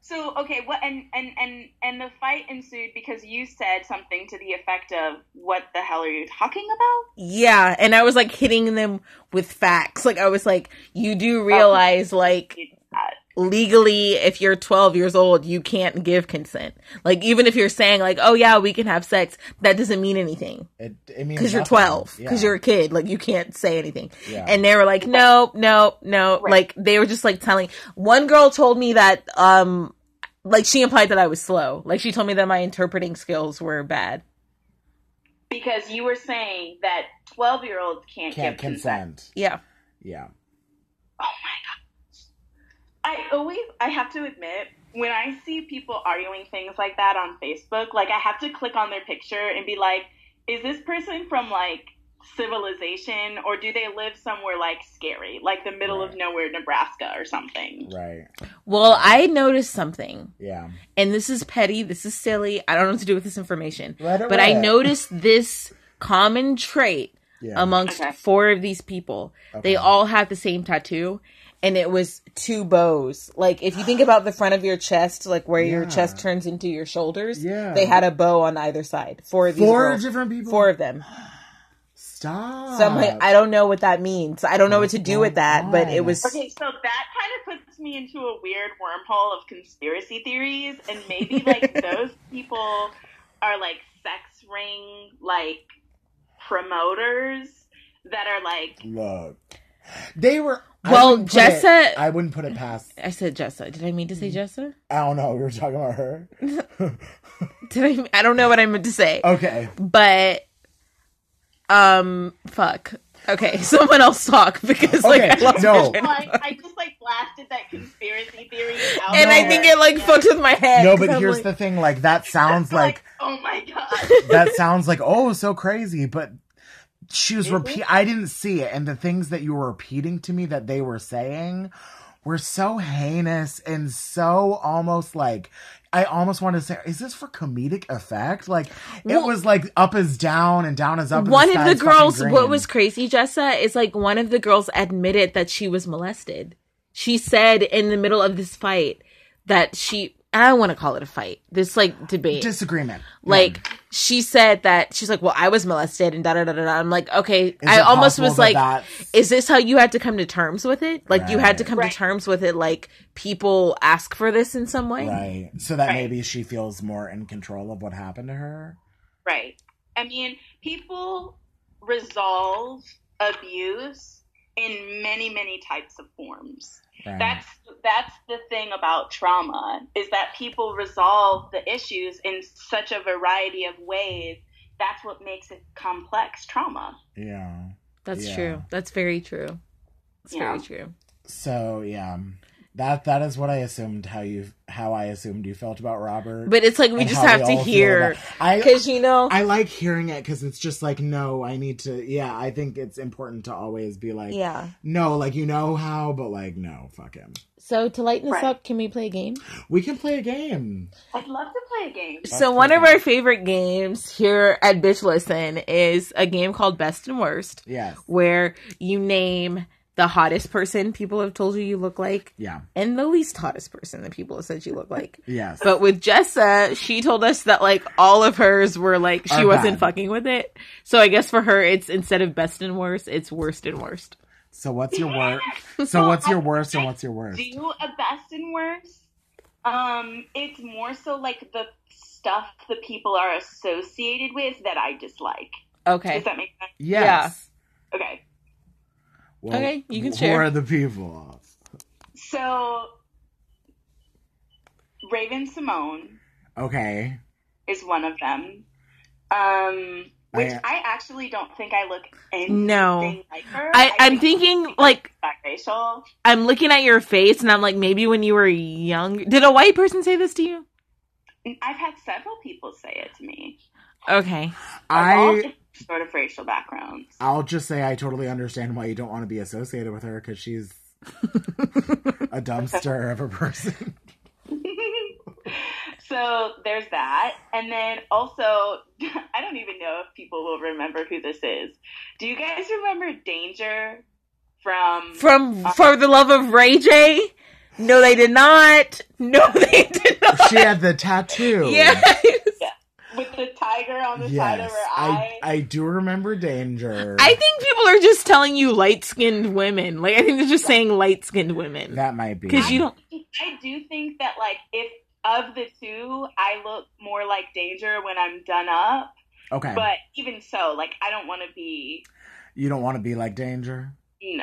So okay, what and and and and the fight ensued because you said something to the effect of "What the hell are you talking about?" yeah, and I was like hitting them with facts. Like I was like, "You do realize like Uh, legally if you're 12 years old you can't give consent like even if you're saying like oh yeah we can have sex that doesn't mean anything It it means because you're nothing. 12 Yeah. because you're a kid like you can't say anything Yeah. and they were like no no no Right. like they were just like telling one girl told me that um like she implied that i was slow like she told me that my interpreting skills were bad Because you were saying that twelve-year-olds can't, can't give consent. consent. yeah Yeah. Oh my gosh! I always I have to admit when I see people arguing things like that on Facebook, like I have to click on their picture and be like, "Is this person from like?" civilization or do they live somewhere like scary like the middle of Right. nowhere nebraska or something Right. well i noticed something Yeah. and this is petty this is silly i don't know what to do with this information Let it but i rip. noticed this common trait Yeah. amongst Okay. four of these people. Okay. They all had the same tattoo, and it was two bows. Like if you think about the front of your chest, like where your Yeah. chest turns into your shoulders, Yeah. they had a bow on either side. Four of these Four girls. different people. Four of them. Stop. So I'm like, I don't know what that means. I don't know what to do with that, but Oh it was. Okay, so that kind of puts me into a weird wormhole of conspiracy theories, and maybe like those people are like sex ring like promoters that are like Look, they were. I Well, wouldn't put it- Jessa- I wouldn't put it past. I said Jessa. Did I mean to say Jessa? I don't know. We were talking about her. Did I? I don't know what I meant to say. Okay. but um, fuck. Okay, someone else talk because like Okay, I lost my no. train of like I just like blasted that conspiracy theory out and I there. think it like fucks with my head. No, 'cause but I'm here's like- the thing. Like that sounds like oh my god. that sounds like oh so crazy, but she Mm-hmm. was repeat. I didn't see it, and the things that you were repeating to me that they were saying were so heinous and so almost like I almost wanted to say, is this for comedic effect? Like it Well- was like up is down and down is up. and one sky of the is fucking girls what green. was crazy jessa is like one of the girls admitted that she was molested she said in the middle of this fight that she and i want to call it a fight this like debate disagreement? like she said that she's like well i was molested and da da da da da i'm like okay Is i it almost possible was that like that's- is this how you had to come to terms with it like you had to Right. come Right. to terms with it like people ask for this in some way right? So that Right. maybe she feels more in control of what happened to her. Right. I mean, people resolve abuse in many, many types of forms. Right. That's that's the thing about trauma is that people resolve the issues in such a variety of ways. That's what makes it complex trauma. yeah. that's Yeah. true that's very true that's very Yeah. true So yeah, that that is what I assumed how you how I assumed you felt about Robert. but it's like we and just how have all to feel hear about- I because you know I like hearing it because it's just like no, I need to. Yeah, I think it's important to always be like yeah no, like you know how, but like no, fuck him. so to lighten this Right. up can we play a game We can play a game. I'd love to play a game. so play one a of game. our favorite games here at bitch listen is a game called best and worst Yes. where you name the hottest person people have told you you look like Yeah. and the least hottest person that people have said you look like Yes. but with jessa she told us that like all of hers were like she Are wasn't bad. fucking with it so i guess for her it's instead of best and worst it's worst and worst so what's your worst? So what's your worst and what's your worst? Do a best and worst. Um, it's more so like the stuff the people are associated with that I dislike. okay Does that make sense? Yes. Okay. Well, Okay, you can who share. are the people? So, Raven Simone Okay. is one of them, um, which I- I, actually don't think I look anything no like her. I, I'm think thinking like I'm biracial. I'm looking at your face and I'm like, maybe when you were young, did a white person say this to you? I've had several people say it to me. Okay. Of all I different sort of racial backgrounds. I'll just say I totally understand why you don't want to be associated with her because she's a dumpster of a person. so there's that. And then also, I don't even know if people will remember who this is. Do you guys remember Danger from. From For the Love of Ray J? No, they did not. No, they did not. she had the tattoo. Yes. with the tiger on the side Yes, of her eye? I, I do remember danger. I think people are just telling you light skinned women. Like, I think they're just saying light skinned women. that might be Because you don't. I do think that like if of the two, I look more like Danger when I'm done up. okay. But even so, like I don't want to be. you don't want to be like danger. No,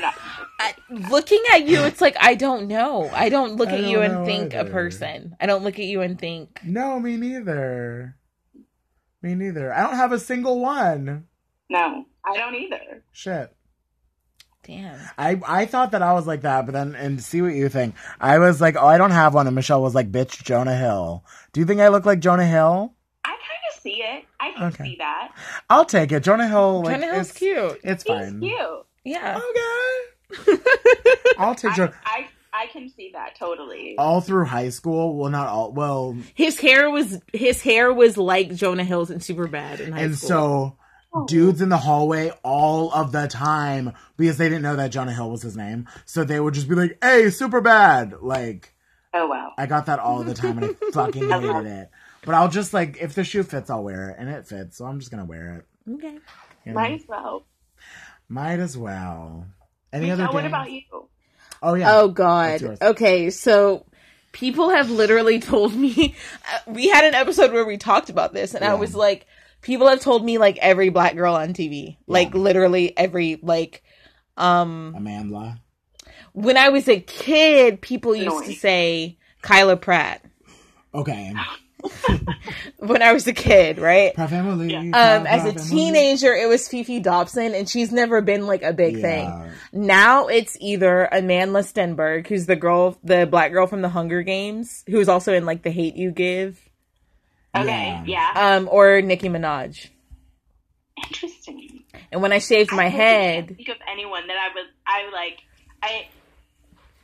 not. I, looking at you, it's like, I don't know. I don't look I at don't you and know think a either. person. I don't look at you and think. No, me neither. Me neither. I don't have a single one. No, I don't either. Shit. Damn. I, I thought that I was like that, but then and see what you think. I was like, oh, I don't have one, and Michelle was like, bitch, Jonah Hill. Do you think I look like Jonah Hill? I kind of see it. I can Okay. see that. I'll take it. Jonah Hill. Like, Jonah Hill's it's- cute. It's He's fine. cute. Yeah. Okay. I'll take I, Jonah. I I can see that totally. All through high school, well, not all. Well, His hair was his hair was like Jonah Hill's and super bad in high and school. so Oh. dudes in the hallway all of the time because they didn't know that Jonah Hill was his name, so they would just be like, "Hey, super bad!" Like Oh wow. I got that all the time, and I fucking hated it. But I'll just like if the shoe fits, I'll wear it, and it fits, so I'm just gonna wear it. okay. you know? Might as well. Might as well. Any other? Michelle, what games? about you? Oh yeah. Oh That's God. yours. Okay, so people have literally told me. uh, we had an episode where we talked about this, and I Yeah. was like, people have told me like every black girl on TV, like literally every like. Um, Amandla. when I was a kid, people used to Annoying. say Kyla Pratt. Okay. when I was a kid, right? Proud family. Yeah. proud, Um, as proud a family. teenager, it was Fifi Dobson, and she's never been like a big thing. Yeah. Now it's either Amanda Stenberg, who's the girl, the black girl from the Hunger Games, who's also in like The Hate You Give, Okay, Yeah. yeah. um, or Nicki Minaj. Interesting. And when I shaved my I head, can't think of anyone that I would I like I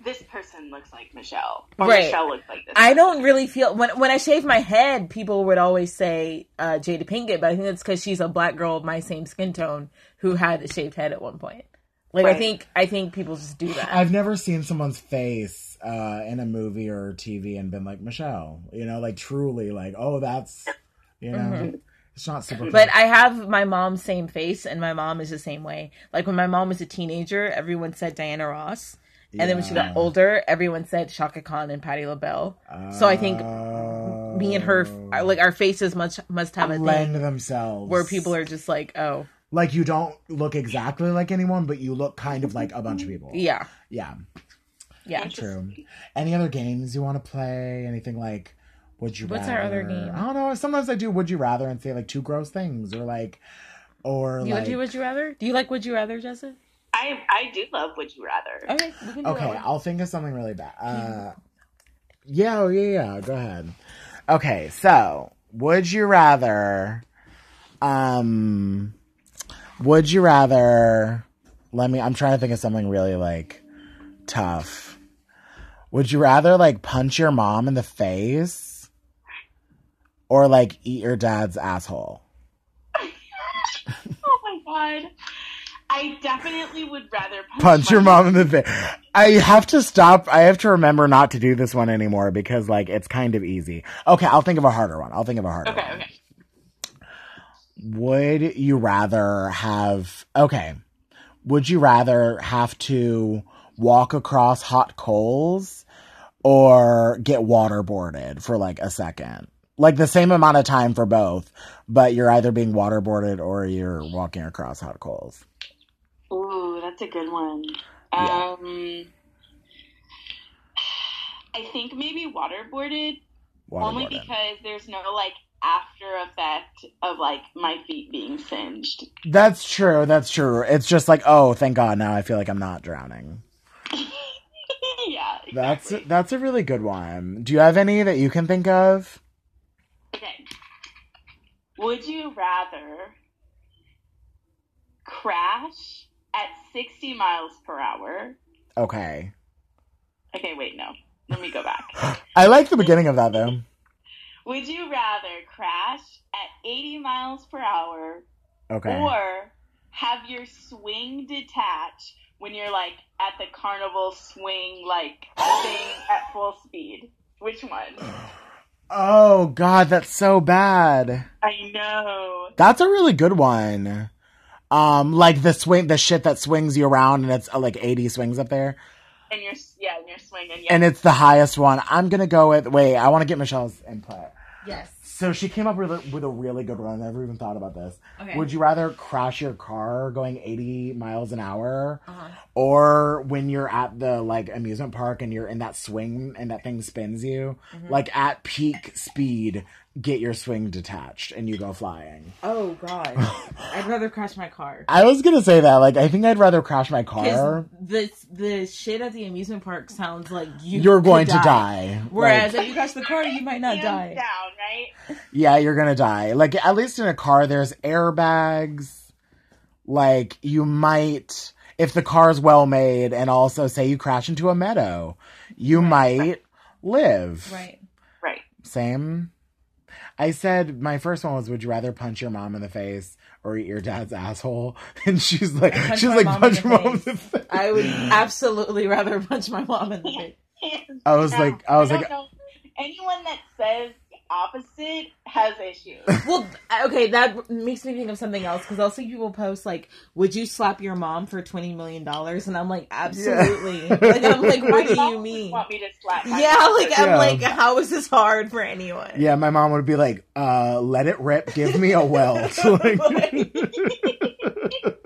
this person looks like Michelle. Or Right. Michelle looks like this. I person. don't really feel when when I shave my head, people would always say uh, Jada Pinkett, but I think that's because she's a black girl of my same skin tone who had a shaved head at one point. Like I Right. think I think people just do that. I've never seen someone's face uh, in a movie or TV and been like Michelle, you know, like truly, like oh, that's you know, it's not super. Mm-hmm. But I have my mom's same face, and my mom is the same way. Like when my mom was a teenager, everyone said Diana Ross, and then when she Yeah. got older, everyone said Shaka Khan and Patti LaBelle. so I think Me and her, Oh. like our faces, much must have a lend thing themselves where people are just like, oh, like you don't look exactly like anyone, but you look kind of like a bunch of people. yeah, yeah, yeah. true. Any other games you want to play? Anything like? Would you What's rather? our other game? I don't know. Sometimes I do. Would you rather and say like two gross things or like, or You like do Would You Rather? Do you like Would You Rather, Jessica? I I do love Would You Rather. Okay, we can do Okay, that one. I'll think of something really bad. Uh, yeah, oh, yeah, yeah. Go ahead. Okay, so would you rather? Um, would you rather? Let me. I'm trying to think of something really like tough. Would you rather like punch your mom in the face, or like eat your dad's asshole? Oh my god. I definitely would rather punch, punch my your mom in the face. I have to stop. I have to remember not to do this one anymore because like it's kind of easy. Okay, I'll think of a harder one. I'll think of a harder Okay, one. okay. Would you rather have okay? Would you rather have to walk across hot coals or get waterboarded for like a second? Like the same amount of time for both, but you're either being waterboarded or you're walking across hot coals. Ooh, that's a good one. Yeah. Um I think maybe waterboarded only Waterboarded. because there's no like after effect of like my feet being singed. That's true. That's true. It's just like, oh, thank God, now I feel like I'm not drowning. yeah. That's exactly. that's a really good one. Do you have any that you can think of? Okay. Would you rather crash at 60 miles per hour? Okay. Okay, wait, no. Let me go back. I like the beginning of that though. Would you rather crash at 80 miles per hour Okay. or have your swing detach when you're like at the carnival swing like thing at full speed? Which one? Oh God, that's so bad. I know. That's a really good one. Um, like the swing, the shit that swings you around, and it's uh, like eighty swings up there, And you're yeah, and you're swinging. Yeah. and it's the highest one. I'm gonna go with. Wait, I want to get Michelle's input. Yes. So she came up with a, with a really good one. I never even thought about this. Okay. Would you rather crash your car going 80 miles an hour Uh-huh. or when you're at the like amusement park and you're in that swing and that thing spins you Mm-hmm. like at peak speed get your swing detached and you go flying. Oh God, I'd rather crash my car. I was going to say that like I think I'd rather crash my 'Cause car. the the shit at the amusement park sounds like you You're could going to die. Whereas Like, if you crash the car, you might not die. Hands down, right? yeah, you're going to die. Like at least in a car there's airbags. Like you might if the car's well made and also say you crash into a meadow, you might live. Right. Right. Same. I said my first one was, "Would you rather punch your mom in the face or eat your dad's asshole?" And she's like, punch she's my like, mom in punch the your mom in face." the face. I would absolutely rather punch my mom in the face. Hands I was down. like, I was don't like, know. anyone that says the opposite has issues. Well, okay, that makes me think of something else because I'll see people post like, "Would you slap your mom for twenty million dollars?" And I'm like, "Absolutely!" Like I'm like, "What do Mom you would mean?" Want me to slap? my Yeah, mom. like I'm Yeah. like, how is this hard for anyone? yeah, my mom would be like, uh, "Let it rip, give me a welt." like, Like, okay,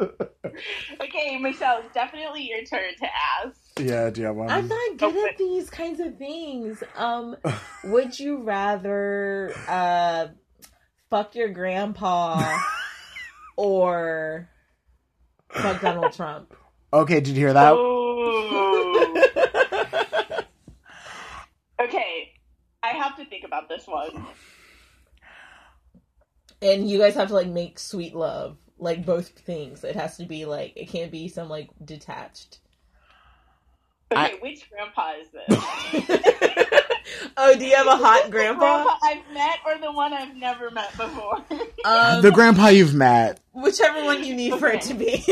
Okay, Michelle, it's definitely your turn to ask. Yeah, do you have one? I'm not good Um, Okay. at these kinds of things. Um, would you rather uh, fuck your grandpa or fuck Donald Trump? okay, did you hear that? Oh. okay, I have to think about this one. And you guys have to like make sweet love, like both things. It has to be like it can't be some like detached. Okay, which grandpa is this? oh, do you have a hot grandpa? grandpa I've met or the one I've never met before? Um, the grandpa you've met. whichever one you need for it to be.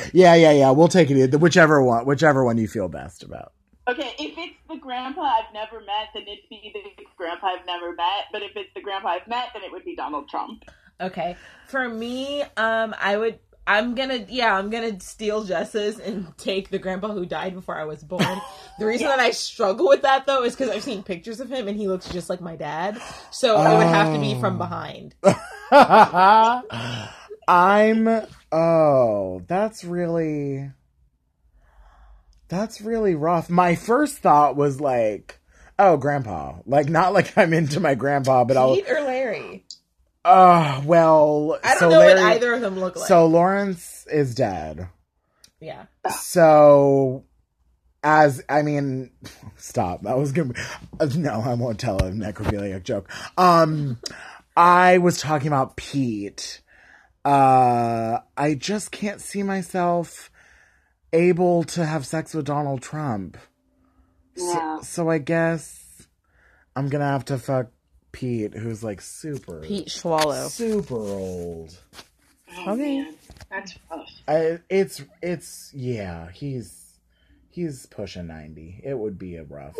Yeah, yeah, yeah. We'll take it. Whichever one, whichever one you feel best about. okay, if it's the grandpa I've never met, then it'd be the grandpa I've never met. But if it's the grandpa I've met, then it would be Donald Trump. okay, for me, um, I would. I'm gonna, yeah, I'm gonna steal Jess's and take the grandpa who died before I was born. The reason that I struggle with that though is because I've seen pictures of him and he looks just like my dad, so I would have to be Oh. from behind. I'm. Oh, that's really. That's really rough. My first thought was like, oh, grandpa. Like, not like I'm into my grandpa, but I'll. Pete or Larry? Uh, well. I don't so know Larry, what either of them look like. So Lawrence is dead. yeah, So, as I mean, stop. I was gonna. uh, No, I won't tell a necrophiliac joke. Um, I was talking about Pete. Uh, I just can't see myself able to have sex with Donald Trump. Yeah. So, so I guess I'm gonna have to fuck Pete, who's like super, Pete Swallow. super old. Oh, Okay. man, that's rough. I, it's it's yeah he's he's pushing 90 it would be a rough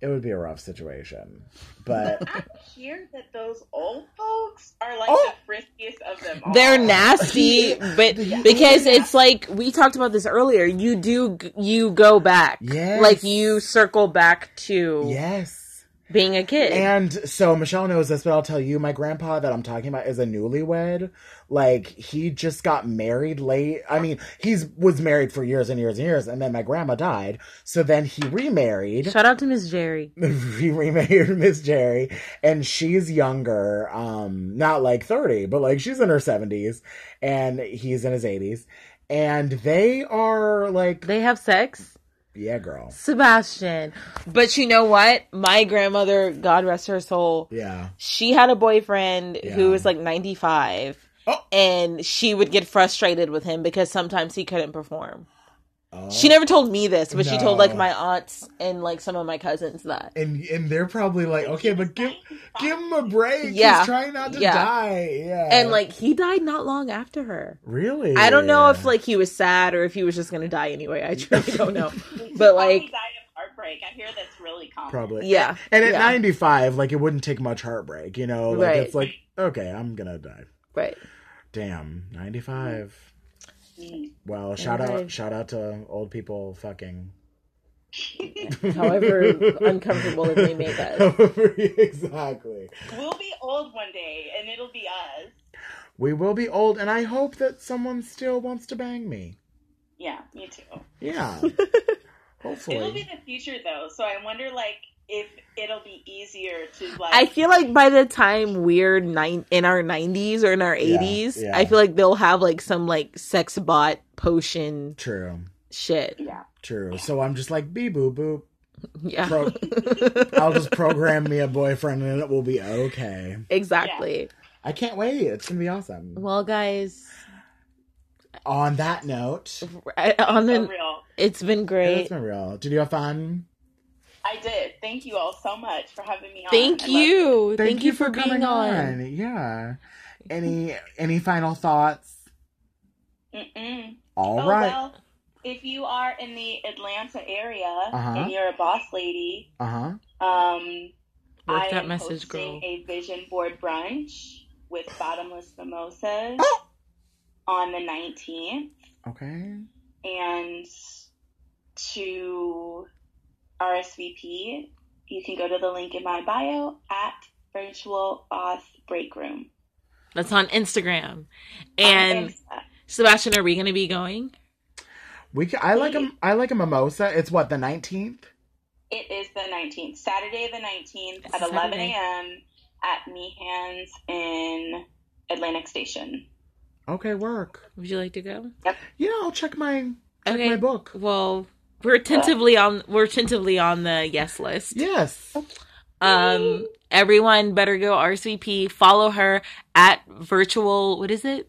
it would be a rough situation but I hear that those old folks are like Oh. the friskiest of them all. They're nasty, but because it's like we talked about this earlier, you do you go back, Yes. like you circle back to yes being a kid. and so michelle knows this but i'll tell you my grandpa that i'm talking about is a newlywed like he just got married late i mean he's was married for years and years and years and then my grandma died so then he remarried Shout out to Miss Jerry. we remarried Miss Jerry, and she's younger, um, not like 30, but like she's in her 70s, and he's in his 80s. And they are like, They have sex, yeah, girl. Sebastian. But you know what? My grandmother, God rest her soul, Yeah. she had a boyfriend Yeah. who was like ninety five. Oh. And she would get frustrated with him because sometimes he couldn't perform. Oh. She never told me this, but she told No. like my aunts and like some of my cousins that. Oh. And, and they're probably like, okay, but give give him a break. Yeah. He's trying not to Yeah. die. Yeah. And like he died not long after her. really? I don't know if like he was sad or if he was just gonna die anyway. I truly don't know. But Probably like, died of heartbreak. I hear that's really common. Probably. yeah, And at yeah, 95, like, it wouldn't take much heartbreak, you know? Like, Right. it's like, okay, I'm gonna die. right. Damn, 95. Mm. Well, shout Alright. out shout out to old people fucking. However uncomfortable it may make us. exactly. We'll be old one day, and it'll be us. We will be old and I hope that someone still wants to bang me. Yeah, me too. Yeah. It'll be Hopefully. the future though, so I wonder like if it'll be easier to like. I feel like by the time we're nine in our nineties or in our Yeah, eighties, yeah. I feel like they'll have like some like sex bot potion True. shit. yeah. True. So I'm just like bee boop boop. Yeah, Pro- I'll just program me a boyfriend and it will be okay. exactly. I can't wait. It's gonna be awesome. Well, guys, On that note, I- on For an, real. it's been it's great. been real. Did you have fun? I did. Thank you all so much for having me on. I Thank love it. you. Thank, you for, coming being on. Yeah. Any any final thoughts? Mm-mm. All right. oh, Well, if you are in the Atlanta area Uh-huh. and you're a boss lady, Uh huh. um, Work I that am message, girl. hosting a vision board brunch with bottomless mimosas Oh. on the 19th. Okay. and to RSVP, you can go to the link in my bio at Virtual Boss Break Room. That's on Instagram. On And Insta. Sebastian, are we going to be going? We ca I like a I like a mimosa. It's what the nineteenth. It is the 19th, Saturday the 19th It's at 11 Saturday. a.m. at Meehan's in Atlantic Station. Okay, work. Would you like to go? You know, I'll check my check Okay. my book. Well, Uh, we're tentatively on we're tentatively on the yes list. Yes. Um, everyone better go RSVP. Follow her at virtual. What is it?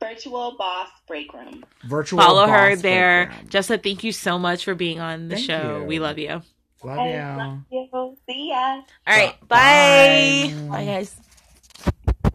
Virtual Boss Break Room. Virtual. Follow boss her there. program. Jessa, thank you so much for being on the Thank show. you. We love you. All Love I Oh, love you. you. See ya. right, Bye. bye. Bye, guys.